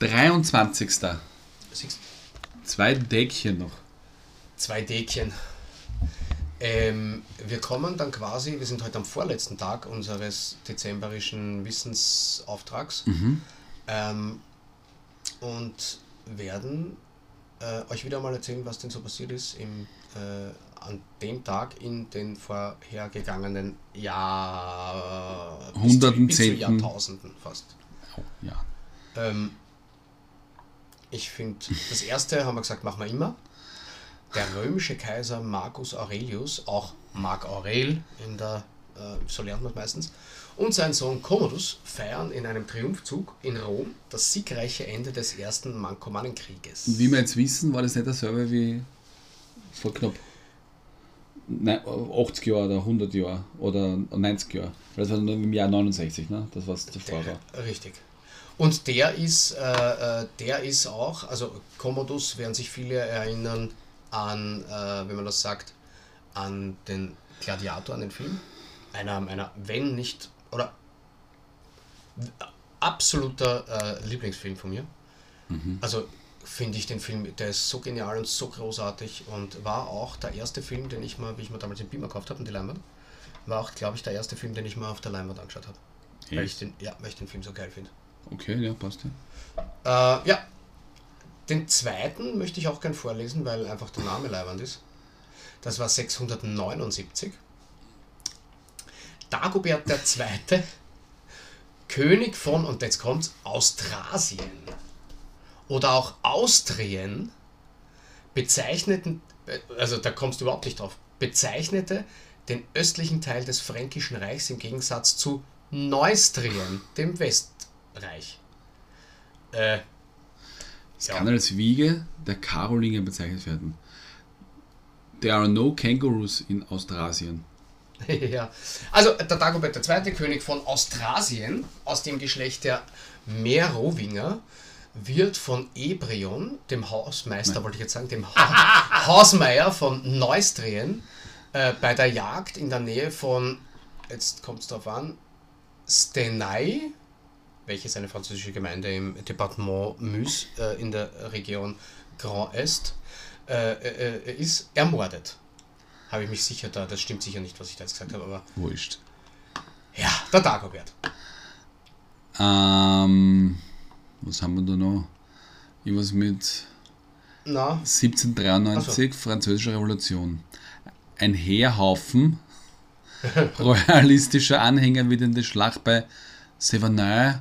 27. Siehst Zwei Deckchen noch. Zwei Deckchen. Ähm, wir kommen dann quasi, wir sind heute am vorletzten Tag unseres dezemberischen Wissensauftrags Mhm. ähm, und werden äh, euch wieder mal erzählen, was denn so passiert ist im, äh, an dem Tag in den vorhergegangenen Jahr, bis zu- Hunderten, bis zu Zehnten. Jahrtausenden fast. Oh, ja. Ähm, ich finde, das erste haben wir gesagt, machen wir immer. Der römische Kaiser Marcus Aurelius, auch Marc Aurel, in der, äh, so lernt man es meistens, und sein Sohn Commodus feiern in einem Triumphzug in Rom das siegreiche Ende des ersten Mankomanenkrieges. Wie wir jetzt wissen, war das nicht dasselbe wie vor knapp nein, 80 Jahren oder 100 Jahren oder 90 Jahren. Weil das war nur im Jahr 69, ne? Das war's davor. War. Der, richtig. Und der ist, äh, äh, der ist auch, also Commodus werden sich viele erinnern an, äh, wenn man das sagt, an den Gladiator, an den Film. Einer meiner, wenn nicht, oder absoluter äh, Lieblingsfilm von mir. Also finde ich den Film, der ist so genial und so großartig und war auch der erste Film, den ich mal, wie ich mir damals den Beamer gekauft habe und die Leinwand, war auch, glaube ich, der erste Film, den ich mal auf der Leinwand angeschaut habe. Weil ich, den, ja, weil ich den Film so geil finde. Okay, ja, passt ja. Äh, ja, den zweiten möchte ich auch gern vorlesen, weil einfach der Name leibend ist. Das war 679. Dagobert II., König von, und jetzt kommt's, Austrasien oder auch Austrien bezeichneten, äh, also da kommst du überhaupt nicht drauf, bezeichnete den östlichen Teil des Fränkischen Reichs im Gegensatz zu Neustrien, dem Westreich. Äh, ja. Kann als Wiege der Karolinger bezeichnet werden. There are no kangaroos in Austrasien. ja. Also der Dagobert II., König von Austrasien, aus dem Geschlecht der Merowinger, wird von Ebrion, dem Hausmeister, wollte ich jetzt sagen, dem ha Hausmeier von Neustrien, äh, bei der Jagd in der Nähe von, jetzt kommt es drauf an, Stenay, welches eine französische Gemeinde im Departement Meuse äh, in der Region Grand Est äh, äh, äh, ist, ermordet. Habe ich mich sicher da, das stimmt sicher nicht, was ich da jetzt gesagt habe, aber Wurscht. ja, der Dagobert. Ähm, was haben wir da noch? Irgendwas mit Na, 1793, Französische Revolution. Ein Heerhaufen royalistischer Anhänger wird in der Schlacht bei Sevanay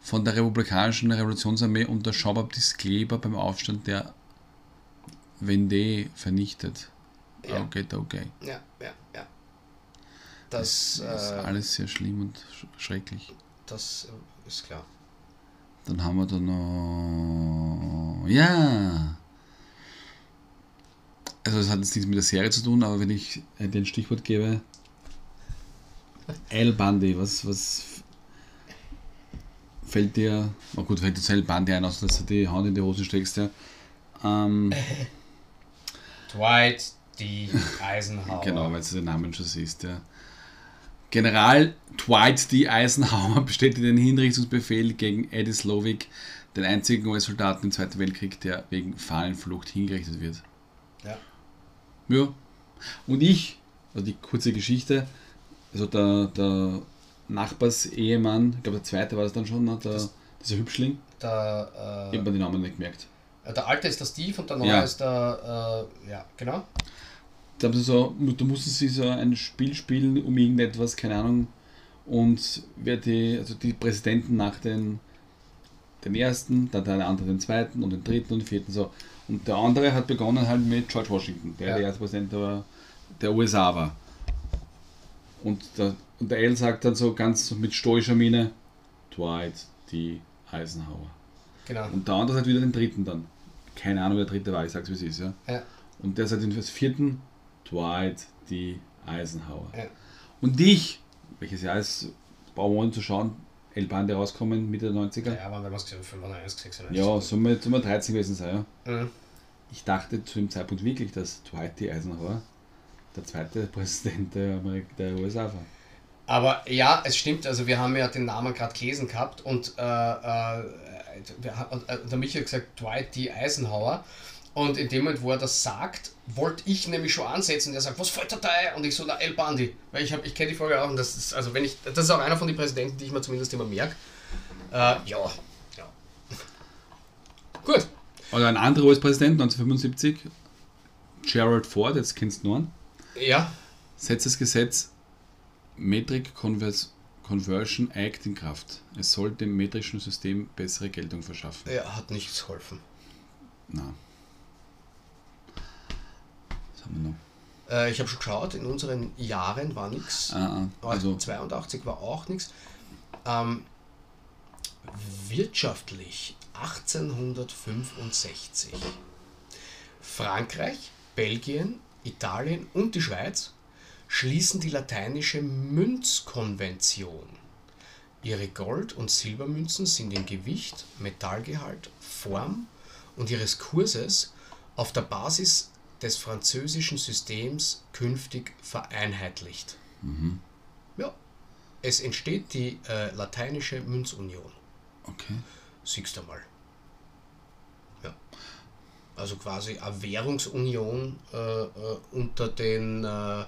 von der republikanischen Revolutionsarmee unter Jean-Baptiste Kleber beim Aufstand der Vendée vernichtet. Ja. Okay, okay. ja, ja, ja. Das, Das ist äh, alles sehr schlimm und sch- schrecklich. das äh, ist klar. Dann haben wir da noch. Ja! Also, das hat jetzt nichts mit der Serie zu tun, aber wenn ich äh, den Stichwort gebe. El Bandi, was, was f- fällt dir. Na gut, fällt dir zu El Bandi ein, außer dass du die Hand in die Hose steckst, ja. Ähm, Dwight D. Eisenhower. Genau, weil du den Namen schon siehst, ja. General Dwight D. Eisenhower bestätigte den Hinrichtungsbefehl gegen Eddie Slovik, den einzigen US-Soldaten im Zweiten Weltkrieg, der wegen Fahnenflucht hingerichtet wird. Ja. Ja. Und ich, also die kurze Geschichte, also der, der Nachbars-Ehemann, ich glaube der zweite war das dann schon, ne, der, dieser Hübschling, Der, ich habe mir den Namen nicht gemerkt. äh, der alte ist der Steve und der neue Ja. ist der, äh, ja, genau. da, haben sie so, da mussten sie so ein Spiel spielen um irgendetwas, keine Ahnung. Und wer die, also die Präsidenten nach den, den ersten, dann der andere den zweiten und den dritten und den vierten so. Und der andere hat begonnen halt mit George Washington, der Ja. der erste Präsident der, der USA war. Und der, und der L sagt dann so ganz so mit stoischer Miene, Dwight D. Eisenhower. Genau. Und der andere hat wieder den dritten dann. Keine Ahnung, wer der dritte war, ich sag's wie es ist, ja. Ja, Und der seit dem vierten Dwight D. Eisenhower. ja. Und ich, welches Jahr ist, brauchen wir nicht zu schauen, El Bande rauskommen, Mitte der 90er. Ja, Ja, aber wenn man es gesehen hat, 95, 96. ja soll man, soll man 13 gewesen sein, ja. Mhm. Ich dachte zu dem Zeitpunkt wirklich, dass Dwight D. Eisenhower der zweite Präsident der, Amerik der USA war. Aber ja, es stimmt, also wir haben ja den Namen gerade gelesen gehabt und äh, äh, wir ha- und, äh, der Michael hat gesagt, Dwight D. Eisenhower. Und in dem Moment, wo er das sagt, wollte ich nämlich schon ansetzen. Der sagt, was fällt da da? Und ich so, na, El Bandi. Weil ich, hab- ich kenne die Folge auch. Und das ist, also wenn ich, das ist auch einer von den Präsidenten, die ich mir zumindest immer merke. Äh, ja. ja. Gut. Oder ein anderer US-Präsident 1975, Gerald Ford, jetzt kennst du ihn, Ja. setzt das Gesetz Metric Convers Conversion Act in Kraft. Es soll dem metrischen System bessere Geltung verschaffen. Er hat nichts geholfen. Na. Was haben wir noch? Äh, ich habe schon geschaut, in unseren Jahren war nichts. Ah, ah, also, 82 war auch nichts. Ähm, wirtschaftlich 1865. Frankreich, Belgien, Italien und die Schweiz schließen die lateinische Münzkonvention. Ihre Gold- und Silbermünzen sind in Gewicht, Metallgehalt, Form und ihres Kurses auf der Basis des französischen Systems künftig vereinheitlicht. Mhm. Ja, es entsteht die äh, lateinische Münzunion. okay. Siehst du mal. Ja. Also quasi eine Währungsunion äh, äh, unter den, äh,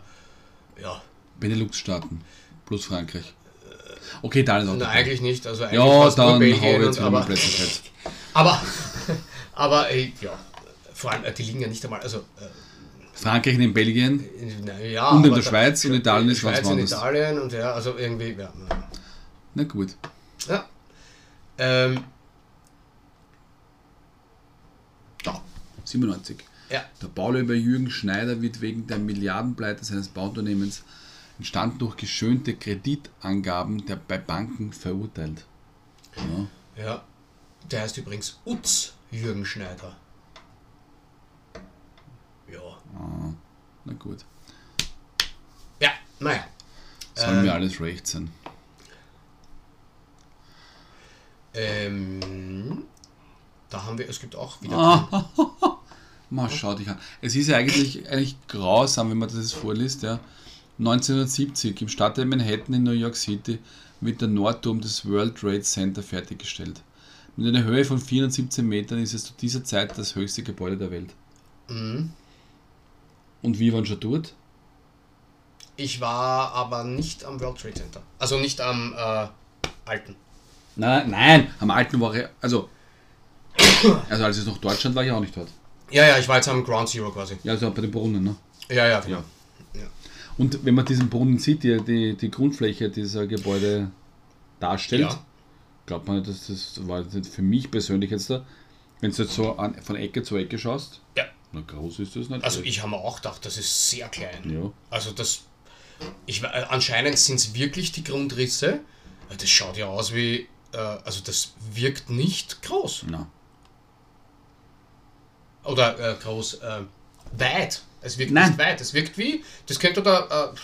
ja, Benelux-Staaten plus Frankreich. Okay, da ist auch na, dabei. eigentlich nicht. Also eigentlich Ja, fast nur dann hau ich Belgien jetzt und- wieder aber, meinen Plätzchen aber, aber äh, ja, vor allem, äh, die liegen ja nicht einmal, also, äh, Frankreich neben Belgien. na, ja. Und in aber der Schweiz und Italien ist Schweiz ganz und woanders. Italien und ja, also irgendwie, ja. na. Na gut. Ja. Ähm, 97. ja. Der Baulöber Jürgen Schneider wird wegen der Milliardenpleite seines Bauunternehmens entstanden durch geschönte Kreditangaben der bei Banken verurteilt. Ja. Ja, der heißt übrigens Utz Jürgen Schneider. Ja. Ah, na gut. Ja, naja. Soll Ähm. mir alles recht sein. Ähm, da haben wir, es gibt auch wieder. Ah. Mal schau dich an. Es ist ja eigentlich, eigentlich grausam, wenn man das jetzt vorliest. Ja. 1970 im Stadtteil Manhattan in New York City wird der Nordturm des World Trade Center fertiggestellt. Mit einer Höhe von 417 Metern ist es zu dieser Zeit das höchste Gebäude der Welt. Mhm. Und wir waren schon dort? Ich war aber nicht am World Trade Center. Also nicht am äh, alten. Nein, nein, am alten war ich, also, also als es noch Deutschland war, ich auch nicht dort. Ja, ja, ich war jetzt am Ground Zero quasi. Ja, also bei den Brunnen, ne? Ja, ja, genau. Und wenn man diesen Brunnen sieht, die, die, die Grundfläche dieser Gebäude darstellt, Ja. glaubt man, dass das war jetzt nicht für mich persönlich jetzt da, wenn du jetzt so an, von Ecke zu Ecke schaust, Ja. na groß ist das nicht. Also ich habe mir auch gedacht, das ist sehr klein. Ja. Also das. Ich, we- äh, anscheinend sind es wirklich die Grundrisse. Äh, Das schaut ja aus wie. Äh, also das wirkt nicht groß. Na, Oder äh, groß. Äh, weit. Es wirkt Nein. nicht weit. Es wirkt wie. Das könnte da. Äh,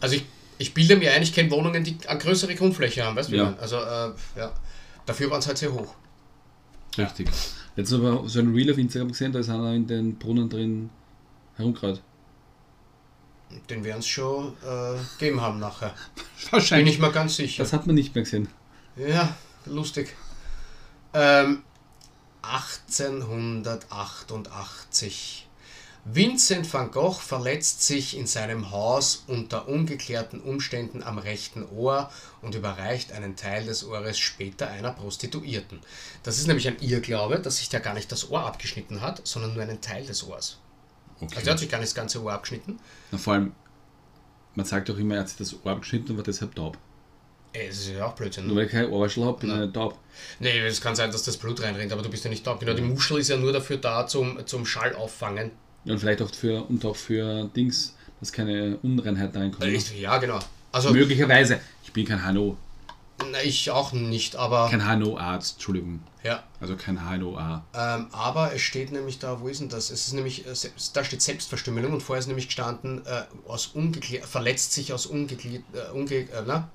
also ich, ich bilde mir ein, ich kenne Wohnungen, die eine größere Grundfläche haben, weißt du? wie Ja. man- Also äh, ja. Dafür waren es halt sehr hoch. richtig. Jetzt aber so ein Reel auf Instagram gesehen, da ist einer in den Brunnen drin herumgerad. Den werden es schon äh, gegeben haben nachher. Bin Wahrscheinlich. ich mir ganz sicher. Das hat man nicht mehr gesehen. Ja, lustig. Ähm, 1888. Vincent van Gogh verletzt sich in seinem Haus unter ungeklärten Umständen am rechten Ohr und überreicht einen Teil des Ohres später einer Prostituierten. Das ist nämlich ein Irrglaube, dass sich der gar nicht das Ohr abgeschnitten hat, sondern nur einen Teil des Ohrs. Also der hat sich gar nicht das ganze Ohr abgeschnitten. Na, vor allem, man sagt doch immer, er hat sich das Ohr abgeschnitten und war deshalb taub. Mhm. Ey, das ist ja auch Blödsinn. ne? Nur weil ich kein Ohrwaschel habe, bin ich nicht taub. Nee, es kann sein, dass das Blut reinrennt, aber du bist ja nicht taub. Genau, die Muschel ist ja nur dafür da, zum, zum Schall auffangen. Ja, und vielleicht auch für, und auch für Dings, dass keine Unreinheiten reinkommen. Ich, ja, genau. Also, Möglicherweise. Ich bin kein HNO. na, ich auch nicht, aber. Kein HNO-Arzt, Entschuldigung. Ja, Also kein HNO-A. ähm, aber es steht nämlich da, wo ist denn das? Es ist nämlich, äh, se- da steht Selbstverstümmelung und vorher ist nämlich gestanden, äh, aus ungeklär, verletzt sich aus ungeklär, äh, unge, äh, na,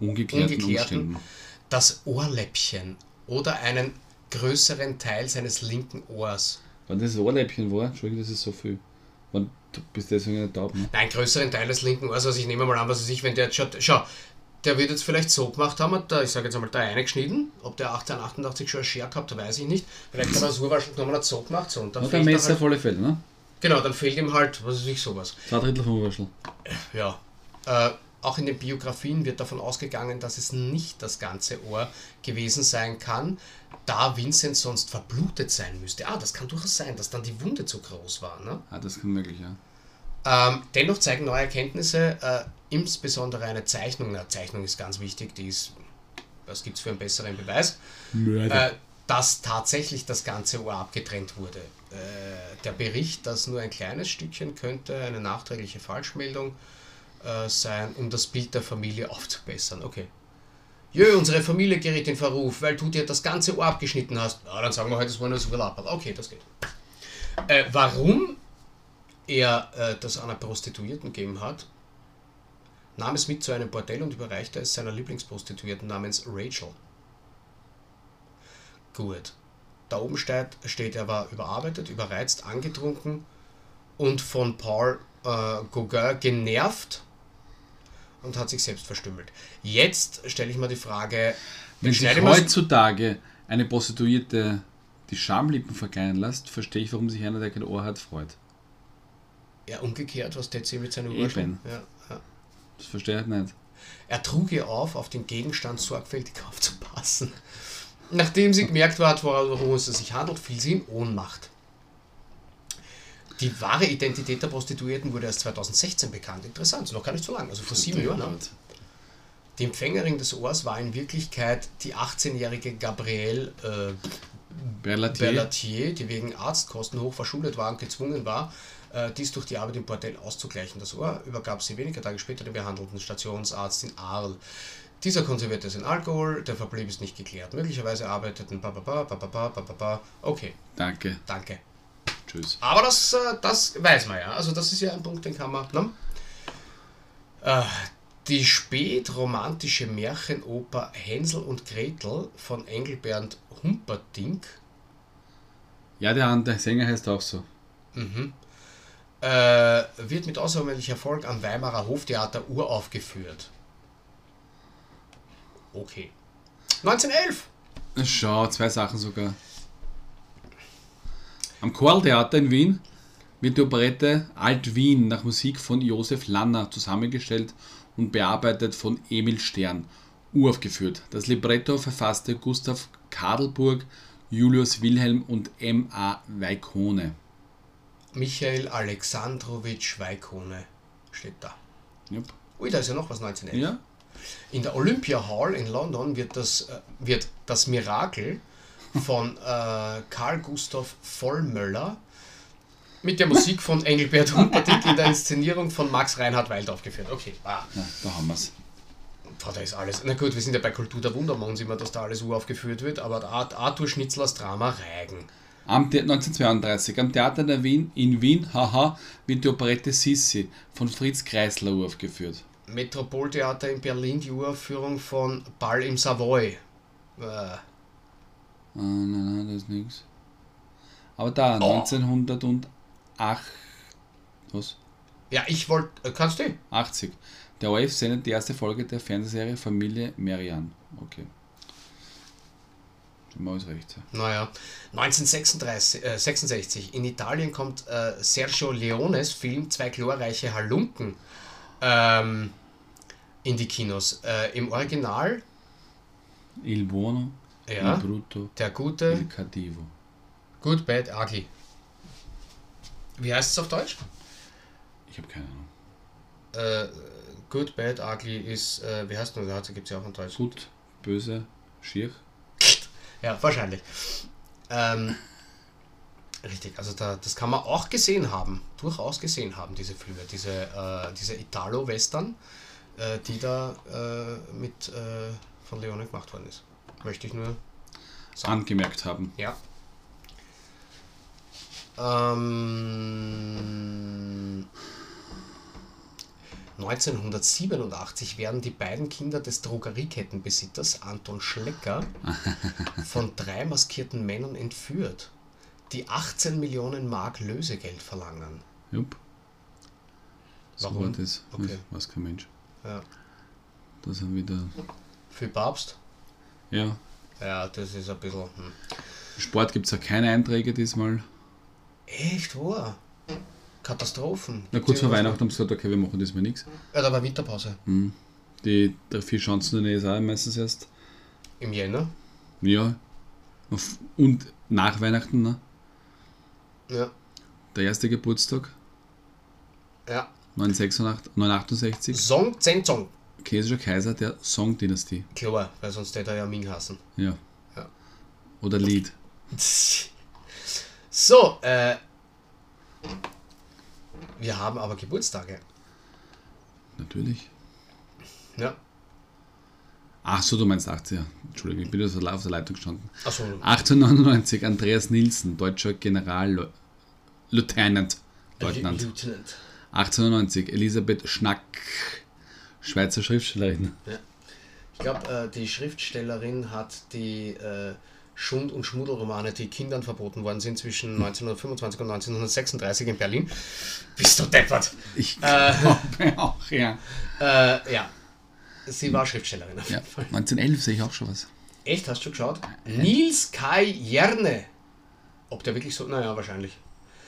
Ungeklärten, Ungeklärten. Umständen. das Ohrläppchen oder einen größeren Teil seines linken Ohrs. Wann das Ohrläppchen war, Entschuldigung, das ist so viel. Wann Du bist deswegen nicht taub. Ne? Nein, größeren Teil des linken Ohrs. Also ich nehme mal an, was weiß ich, wenn der jetzt schaut, schau, der wird jetzt vielleicht so gemacht haben, hat da, ich sage jetzt einmal, da eingeschnitten. Ob der 1888 schon eine Schere gehabt hat, weiß ich nicht. Vielleicht hat er so wahrscheinlich nochmal hat so gemacht. So, und dann Hat der fehlt dann Messer halt, volle Fälle, ne? genau, dann fehlt ihm halt, was weiß ich, sowas. Zwei Drittel vom Würstel. Ja. Äh, auch in den Biografien wird davon ausgegangen, dass es nicht das ganze Ohr gewesen sein kann, da Vincent sonst verblutet sein müsste. Ah, das kann durchaus sein, dass dann die Wunde zu groß war. Ne? Ah, das kann möglich, ja. Ähm, dennoch zeigen neue Erkenntnisse, äh, insbesondere eine Zeichnung, na, Zeichnung ist ganz wichtig, die ist, was gibt es für einen besseren Beweis, äh, Mörder. dass tatsächlich das ganze Ohr abgetrennt wurde. Äh, der Bericht, dass nur ein kleines Stückchen könnte eine nachträgliche Falschmeldung äh, sein, um das Bild der Familie aufzubessern. Okay. Jö, unsere Familie gerät in Verruf, weil du dir das ganze Ohr abgeschnitten hast. Ah, dann sagen wir heute, es war nur so Lapperl. Okay, das geht. Äh, warum er äh, das einer Prostituierten gegeben hat, nahm es mit zu einem Bordell und überreichte es seiner Lieblingsprostituierten namens Rachel. Gut. Da oben steht, steht, er war überarbeitet, überreizt, angetrunken und von Paul äh, Gauguin genervt und hat sich selbst verstümmelt. Jetzt stelle ich mal die Frage, Wenn sich schneide mal's- heutzutage eine Prostituierte die Schamlippen verkleinern lässt, verstehe ich, warum sich einer, der kein Ohr hat, freut. ja umgekehrt, was der mit seiner Eben. Uhr schon- ja, ja. Das verstehe ich nicht. Er trug ihr auf, auf den Gegenstand sorgfältig aufzupassen. Nachdem sie gemerkt hat, worum es sich handelt, fiel sie in Ohnmacht. Die wahre Identität der Prostituierten wurde erst 2016 bekannt. Interessant, ist noch gar nicht so lange, also vor sieben Jahren. ne? Die Empfängerin des Ohrs war in Wirklichkeit die 18-jährige Gabrielle äh, Relativ. Bellatier, die wegen Arztkosten hoch verschuldet war und gezwungen war, äh, dies durch die Arbeit im Bordell auszugleichen. Das Ohr übergab sie wenige Tage später dem behandelnden Stationsarzt in Arl. Dieser konservierte es in Alkohol, der Verblieb ist nicht geklärt. Möglicherweise arbeiteten ba ba ba ba ba ba ba ba ba. Okay, Danke. danke. Tschüss. Aber das, äh, das weiß man ja. Also das ist ja ein Punkt, den kann man. Ne? Äh, die spätromantische Märchenoper Hänsel und Gretel von Engelbert Humperdinck Ja, der, der Sänger heißt auch so. äh, wird mit außerordentlichem Erfolg am Weimarer Hoftheater uraufgeführt. Okay. 1911! Schau, zwei Sachen sogar. Am Choraltheater in Wien wird die Operette Alt-Wien nach Musik von Josef Lanner zusammengestellt und bearbeitet von Emil Stern uraufgeführt. Das Libretto verfasste Gustav Kadelburg, Julius Wilhelm und M.A. Weikone. Michael Alexandrowitsch Weikone steht da. Jupp. Ui, da ist ja noch was 1911. Ja, In der Olympia Hall in London wird das, äh, wird das Mirakel von äh, Karl Gustav Vollmöller mit der Musik von Engelbert Humperdinck in der Inszenierung von Max Reinhard Wild aufgeführt. Okay, ah, ja da haben wir es. boah, da ist alles. Na gut, wir sind ja bei Kultur der Wundermann, sind wir, dass da alles uraufgeführt wird, aber der Art- Arthur Schnitzlers Drama Reigen. Am The- 1932, am Theater der Wien, in Wien, haha, wird die Operette Sissi von Fritz Kreisler uraufgeführt. Metropoltheater in Berlin, die Uraufführung von Ball im Savoy. Äh, Ah, nein, nein, das ist nichts. Aber da, Ah. 1908. Was? ja, ich wollte. Äh, kannst du? 80. Der ORF sendet die erste Folge der Fernsehserie Familie Merian. Okay. Schon mal alles recht. Naja, 1966 äh, 66, in Italien kommt äh, Sergio Leones Film Zwei glorreiche Halunken ähm, in die Kinos. Äh, Im Original, Il buono, ja, il brutto, der gute il cattivo. Good, Bad, Ugly. Wie heißt es auf Deutsch? Ich habe keine Ahnung. Äh, good, Bad, Ugly ist, äh, wie heißt denn das? Gibt es ja auch in Deutsch. Gut, böse, schier. Ja, wahrscheinlich. Ähm, richtig, also da, das kann man auch gesehen haben, durchaus gesehen haben, diese Filme, diese, äh, diese Italo-Western, äh, die da äh, mit äh, von Leone gemacht worden ist. Möchte ich nur. Angemerkt haben. Ja. Ähm, 1987 werden die beiden Kinder des Drogeriekettenbesitzers Anton Schlecker von drei maskierten Männern entführt, die 18 Millionen Mark Lösegeld verlangen. Jupp. So Warum? war das. Okay. Das weiß kein Mensch. Ja. Das sind wieder. Für Papst? Ja. Ja, das ist ein bisschen. Hm. Sport gibt es ja keine Einträge diesmal. Echt wahr? Katastrophen. Na, kurz vor Weihnachten Hm. haben sie gesagt, okay, wir machen diesmal nichts. Ja, da war Winterpause. Die drei, vier Chancen in der USA meistens erst. Im Jänner. Ja. Auf- Und nach Weihnachten, ne? Ja. Der erste Geburtstag, Ja. 968, 968. Song Zen Song. Chinesischer Kaiser der Song-Dynastie. Klar, weil sonst hätte er ja Ming hassen. Ja. Ja. Oder Lied. So, äh. Wir haben aber Geburtstage. Natürlich. Ja. Ach so, du meinst 80er. Entschuldigung, ich bin jetzt auf der Leitung gestanden. Achso, äh, 1899, Andreas Nielsen, deutscher General Leu- Lieutenant. Leutnant. Lieutenant. 1890, Elisabeth Schnack, Schweizer Schriftstellerin. Ich glaube, äh, die Schriftstellerin hat die äh, Schund- und Schmuddelromane, die Kindern verboten worden sind, zwischen Hm. 1925 und 1936 in Berlin. Bist du deppert? Ich Äh. glaube auch, ja. Äh, ja. Sie war Schriftstellerin. auf Hm. ja. jeden Fall. 1911 sehe ich auch schon was. Echt, hast du geschaut? Nils Kai Jerne. Ob der wirklich so. Naja, wahrscheinlich.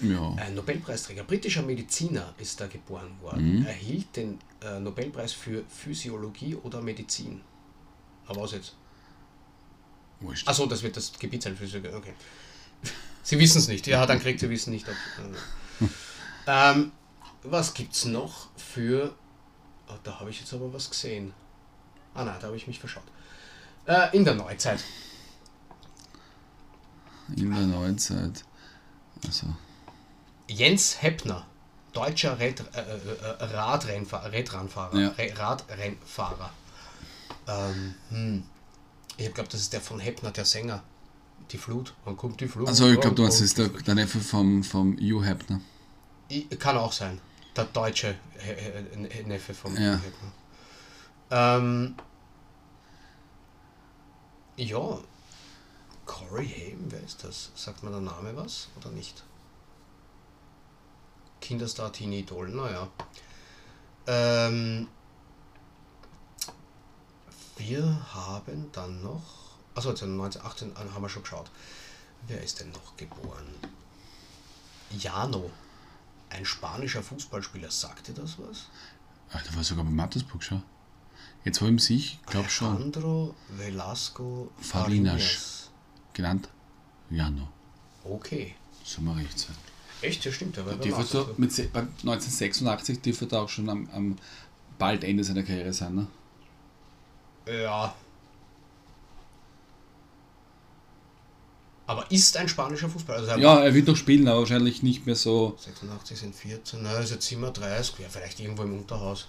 Ja. Ein Nobelpreisträger, britischer Mediziner ist da geboren worden. Erhielt den äh, Nobelpreis für Physiologie oder Medizin. Aber was jetzt? Wurscht. Achso, das wird das Gebiet sein, Physiologie. Okay. Sie wissen es nicht. Ja, dann kriegt sie wissen nicht. Ob, äh, ähm, was gibt's noch für. Ah, da habe ich jetzt aber was gesehen. Ah nein, da habe ich mich verschaut. Äh, in der Neuzeit. In der Neuzeit. Also, Jens Heppner, deutscher Rad, äh, äh, Radrennfahrer, Radrennfahrer. Ja. Re- Radrennfahrer. Ähm, hm. Ich glaube, das ist der von Heppner, der Sänger. Die Flut. Wann kommt die Flut? also ich glaube, du Wann meinst, das kommt ist der, der Neffe vom, vom Hugh Hefner. die- Kann auch sein. Der deutsche He- He- He- Neffe vom Ja. Heppner. Ähm, ja. Corey Haim, wer ist das? Sagt mir der Name was oder nicht? Kinderstar, Teenie-Idol, naja. Ähm, wir haben dann noch. Achso, 1918 haben wir schon geschaut. Wer ist denn noch geboren? Jano, ein spanischer Fußballspieler, sagte das was? Ah, da war sogar bei Mattersburg schon. Jetzt habe ich ihn sich, glaube schon, Alejandro Velasco Farinas. Farinas. genannt. Ja, no. Okay. Soll mal recht sein. Echt, das stimmt. Der war Die beim wird da Ausland. mit, se- bei 1986 dürfte da auch schon am, am bald Ende seiner Karriere sein, ne? Ja. Aber ist ein spanischer Fußballer. Also er Ja, er wird noch spielen, aber wahrscheinlich nicht mehr so. 86 sind 14, na, ist jetzt 37, ja, vielleicht irgendwo im Unterhaus.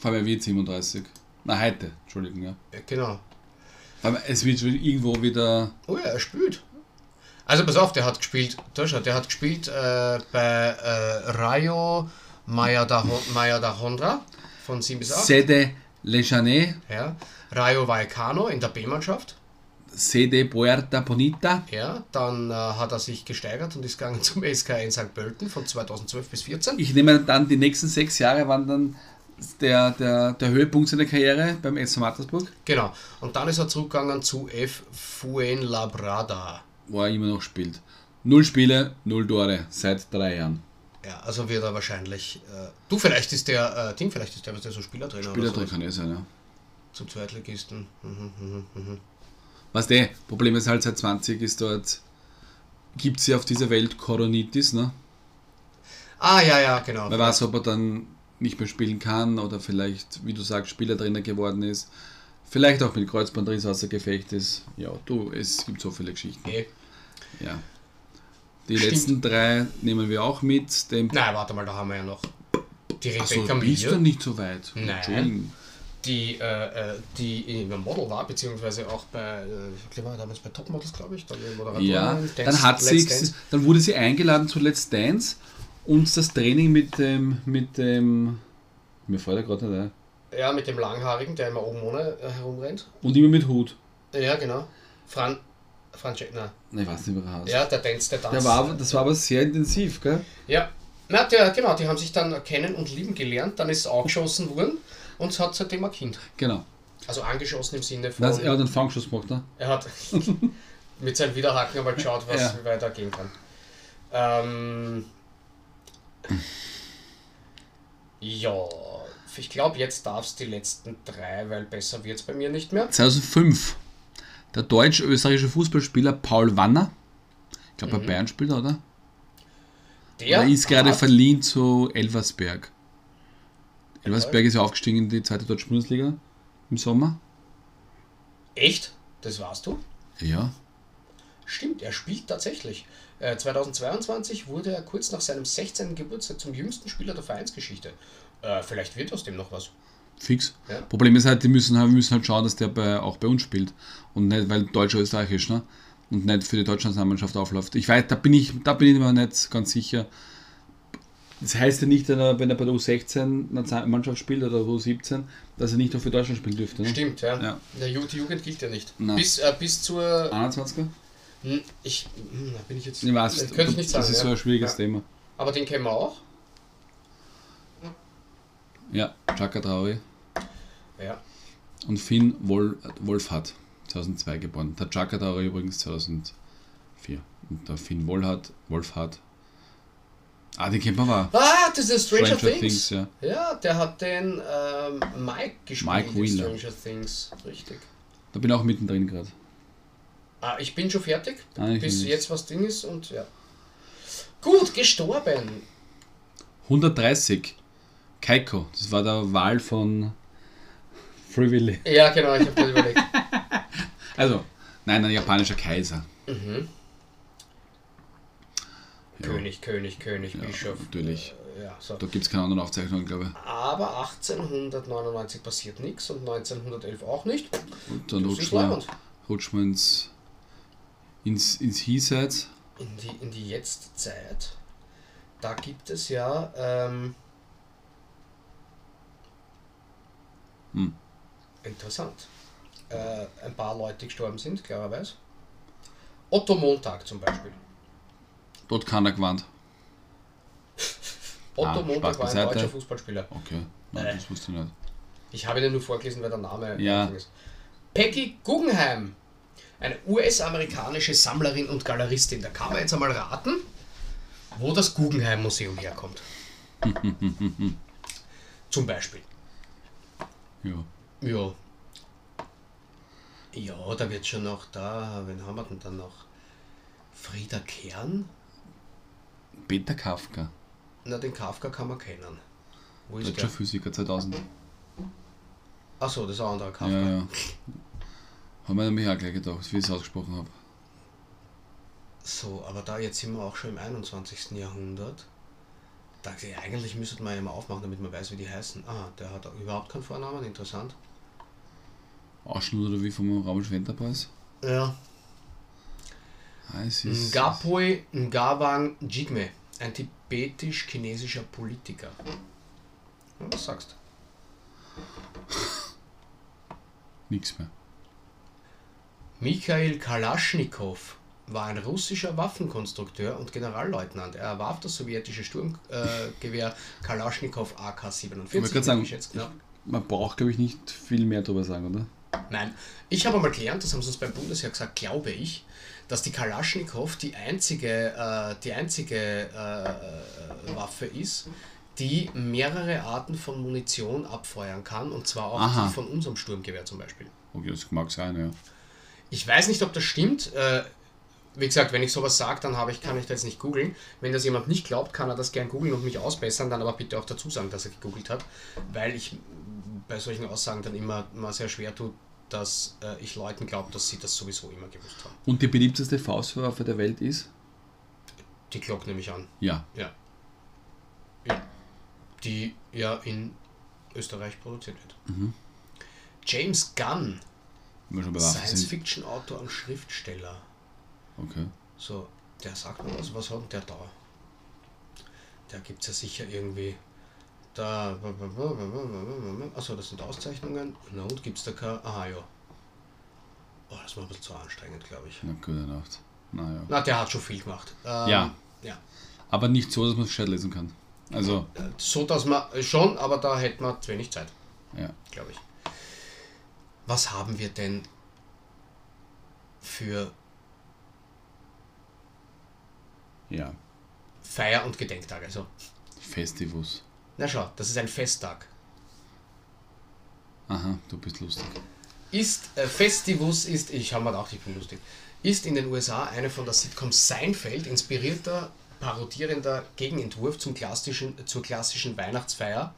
Vor allem er wird 37. Na, heute, Entschuldigung, ja. Ja, genau. Vor allem es wird schon irgendwo wieder. Oh ja, er spielt. Also pass auf, der hat gespielt, da schau, der hat gespielt äh, bei äh, Rayo Maya da, Ho- Maya da Honra von 7 bis 8. Sede Lejanet, Ja. Rayo Vallecano in der B-Mannschaft. Sede Puerta Bonita, Ja, dann äh, hat er sich gesteigert und ist gegangen zum SKN St. Pölten von 2012 bis 14. Ich nehme dann die nächsten sechs Jahre waren dann der, der, der Höhepunkt seiner Karriere beim SV Mattersburg. Genau. Und dann ist er zurückgegangen zu F. Fuenlabrada. Wo er immer noch spielt. Null Spiele, null Tore seit drei Jahren. Ja, also wird er wahrscheinlich. Äh, du, vielleicht ist der äh, Ding, vielleicht ist der, was der so Spielertrainer Spieler oder drin so. kann er sein, ja. Zum Zweitligisten. Mhm, mhm, mhm. Was der Problem ist halt seit 20 ist dort, gibt es ja auf dieser Welt Koronitis, ne? Ah, ja, ja, genau. Wer weiß, ob er dann nicht mehr spielen kann oder vielleicht, wie du sagst, Spielertrainer geworden ist. Vielleicht auch mit Kreuzbandriss außer Gefecht ist. Ja, du, es gibt so viele Geschichten. Eh. Ja. Die Stimmt. letzten drei nehmen wir auch mit. Den Nein, warte mal, da haben wir ja noch die Achso, Rebecca bist du Mir, nicht so weit? Nein. Entschuldigung. die, äh, äh, die in einem Model war, beziehungsweise auch bei, äh, ich glaube, damals bei Topmodels, glaube ich, dann die Moderatorin, Ja, Dance- dann hat Let's sie, Dance. dann wurde sie eingeladen zu Let's Dance und das Training mit dem, mit dem, mir fällt er gerade nicht ein. Ja, mit dem Langhaarigen, der immer oben ohne äh, herumrennt. Und immer mit Hut. Ja, genau. Fran, Fran Jack- nein. Nein, ich weiß nicht, wie er heißt. Ja, der Dance, der Tanz. Der war, aber- das war aber sehr intensiv, gell? Ja, Na, der, genau, die haben sich dann kennen und lieben gelernt, dann ist es angeschossen worden und hat seitdem ein Kind. Genau. Also angeschossen im Sinne von. Das, er hat einen Fangschuss gemacht, ne? Er hat mit seinem Widerhaken einmal geschaut, was Ja. weitergehen kann. Ähm, ja, ich glaube, jetzt darfst die letzten drei, weil besser wird es bei mir nicht mehr. 2005. Der deutsch-österreichische Fußballspieler Paul Wanner. Ich glaube, Mhm. bei Bayern spielt er, oder? Der er ist gerade hat- verliehen zu Elversberg. Elversberg ist ja aufgestiegen in die zweite deutsche Bundesliga im Sommer. Echt? Das warst du? Ja. Stimmt, er spielt tatsächlich. Äh, 2022 wurde er kurz nach seinem 16. Geburtstag zum jüngsten Spieler der Vereinsgeschichte. Äh, vielleicht wird aus dem noch was. Fix. Ja. Problem ist halt, die müssen, halt- wir müssen halt schauen, dass der bei, auch bei uns spielt. Und nicht, weil deutsch-österreichisch, ne? Und nicht für die deutsche Nationalmannschaft aufläuft. Ich weiß, da bin ich, da bin ich mir nicht ganz sicher. Das heißt ja nicht, wenn er, wenn er bei der U16 Nationalmannschaft spielt oder U17, dass er nicht auch für Deutschland spielen dürfte. Ne? Stimmt, ja. Ja. In Der Ju- die Jugend gilt ja nicht. Nein. Bis, äh, bis zur. 21er? Hm, Ich. hm, da bin ich jetzt. Ich weiß, könnte ich nicht sagen. das ist ja. so ein schwieriges ja. Thema. Aber den kennen wir auch. Ja, Chaka Traoré. Ja. Und Finn Wol Wolfhardt, 2002 geboren. Der Chaka Traoré übrigens 2004. Und der Finn Wolfhardt, Wolfhardt. Ah, den kennt man aber. Ah, das ist Stranger, Stranger Things. Things, ja. Ja, der hat den ähm, Mike gespielt Mike in Wheeler. Stranger Things. Richtig. Da bin ich auch mittendrin gerade. Ah, ich bin schon fertig. Nein, Ah, ich bis bin jetzt was Ding ist und ja. Gut, gestorben. 130. Keiko, das war der Wahl von Free Willy. Ja, genau, ich habe das überlegt. Also, nein, ein japanischer Kaiser. König, König, König, Ja, Bischof. natürlich. Äh, ja, so. Da gibt es keine anderen Aufzeichnungen, glaube ich. Aber 1899 passiert nichts und 1911 auch nicht. Und dann Das rutscht ist man, leibend. rutscht man ins, ins, ins Hiesheit. In die, in die Jetztzeit, da gibt es ja. Ähm, Hm. Interessant. Äh, ein paar Leute die gestorben sind, klarerweise. Otto Montag zum Beispiel. Dort keiner gewandt. Otto Ah, Montag Spaß war ein beiseite. deutscher Fußballspieler. Okay, nein, Äh. das wusste ich nicht. Ich habe den nur vorgelesen, weil der Name Ja. ist. Peggy Guggenheim, eine US-amerikanische Sammlerin und Galeristin. Da kann man jetzt einmal raten, wo das Guggenheim-Museum herkommt. Zum Beispiel. Ja. Ja. Ja, da wird schon noch da. Wen haben wir denn dann noch? Frieda Kern? Peter Kafka, Na, den Kafka kann man kennen. Wo ist deutscher der? Physiker 2000. Achso, das ist ein anderer Kafka. Ja, ja. Haben wir nämlich auch gleich gedacht, wie ich es ausgesprochen habe. So, aber da jetzt sind wir auch schon im 21. Jahrhundert. Da, eigentlich müsste man ja mal aufmachen, damit man weiß, wie die heißen. Ah, der hat überhaupt keinen Vornamen, interessant. Ausschnitt oder wie vom Raumschiff Enterprise? Ja. Ah, es ist. Ngapoi Ngawang Jigme, ein tibetisch-chinesischer Politiker. Ja, Was sagst du? Nichts mehr. Mikhail Kalaschnikow war ein russischer Waffenkonstrukteur und Generalleutnant. Er erwarf das sowjetische Sturmgewehr äh, Kalaschnikow Ich wollte AK-47. gerade sagen, geschätzt, knapp. man braucht, glaube ich, nicht viel mehr darüber sagen, oder? Nein, ich habe einmal gelernt, das haben sie uns beim Bundesheer gesagt, glaube ich, dass die Kalaschnikow die einzige, äh, die einzige äh, äh, Waffe ist, die mehrere Arten von Munition abfeuern kann, und zwar auch Aha. die von unserem Sturmgewehr zum Beispiel. Okay, das mag sein, ja. Ich weiß nicht, ob das stimmt. Äh, wie gesagt, wenn ich sowas sage, dann habe ich, kann ich das nicht googeln. Wenn das jemand nicht glaubt, kann er das gern googeln und mich ausbessern, dann aber bitte auch dazu sagen, dass er gegoogelt hat, weil ich bei solchen Aussagen dann immer mal sehr schwer tut, dass äh, ich Leuten glaube, dass sie das sowieso immer gewusst haben. Und die beliebteste Faustwaffe der Welt ist? Die Glock nehme ich an. Ja. Ja. ja. Die ja in Österreich produziert wird. James Gunn, Wenn wir schon bei Waffen sind. Science-Fiction-Autor und Schriftsteller. Okay. So, der sagt mir was, was hat denn der da? Da gibt es ja sicher irgendwie. Da. Achso, das sind Auszeichnungen. Na und gibt's da kein. Aha, ja. Oh, das war ein bisschen zu anstrengend, glaube ich. Na, gute Nacht. Naja. Na, der hat schon viel gemacht. Ähm, Ja. Ja. Aber nicht so, dass man es gescheit lesen kann. Also, So dass man äh, schon, aber da hätten wir zu wenig Zeit, ja. glaube ich. Was haben wir denn für ja. Feier- und Gedenktage? So. Festivus. Na schau, das ist ein Festtag. Aha, du bist lustig. Ist äh, Festivus ist, ich habe mir gedacht, ich bin lustig, ist in den USA eine von der Sitcom Seinfeld inspirierter, parodierender Gegenentwurf zum klassischen, zur klassischen Weihnachtsfeier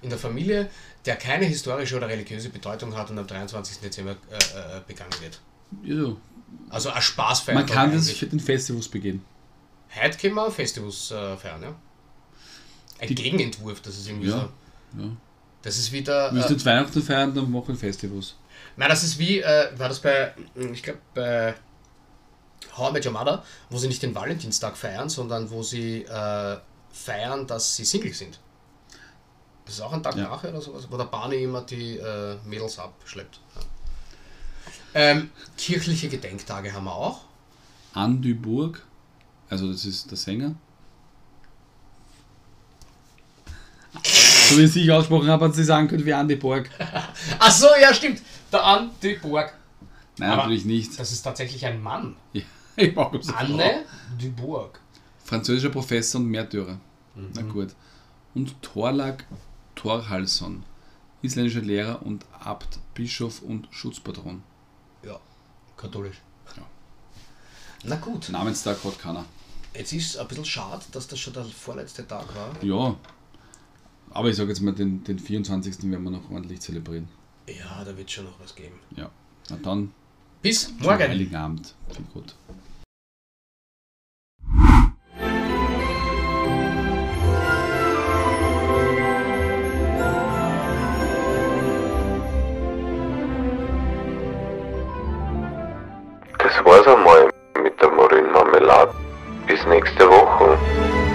in der Familie, der keine historische oder religiöse Bedeutung hat und am 23. Dezember äh, äh, begangen wird. Ja. Also eine Spaßfeier. Man kann das für den Festivus begehen. Heute können wir Festivus äh, feiern, ja? Ein Die- Gegenentwurf, das ist irgendwie Ja, so. ja. Das ist wieder. Du äh, wirst jetzt Weihnachten feiern, dann mach ein Festivus. Nein, das ist wie, äh, war das bei, ich glaube, bei How I Met Your Mother, wo sie nicht den Valentinstag feiern, sondern wo sie äh, feiern, dass sie Single sind. Das ist auch ein Tag Ja. nachher oder sowas, wo der Barney immer die äh, Mädels abschleppt. Ja. Ähm, kirchliche Gedenktage haben wir auch. Andy Burg, also das ist der Sänger. So wie sie ich ausgesprochen habe, hat sie sagen können wie Andy Burg. Ach so, ja, stimmt. Der Andi Burg. Nein, Aber- natürlich nicht. Das ist tatsächlich ein Mann. Ja, ich mag es auch. Anne Duburg. Französischer Professor und Märtyrer. Mhm. Na gut. Und Torlag Thorhalsson, isländischer Lehrer und Abt, Bischof und Schutzpatron. Ja, katholisch. Ja. Na gut. Namenstag hat keiner. Jetzt ist es ein bisschen schade, dass das schon der vorletzte Tag war. Ja, aber ich sage jetzt mal, den, den 24. werden wir noch ordentlich zelebrieren. Ja, da wird schon noch was geben. Ja, na dann Bis zum morgen. Heiligen Abend. Viel gut. Das war's einmal mit der Marin Marmelade. Bis nächste Woche.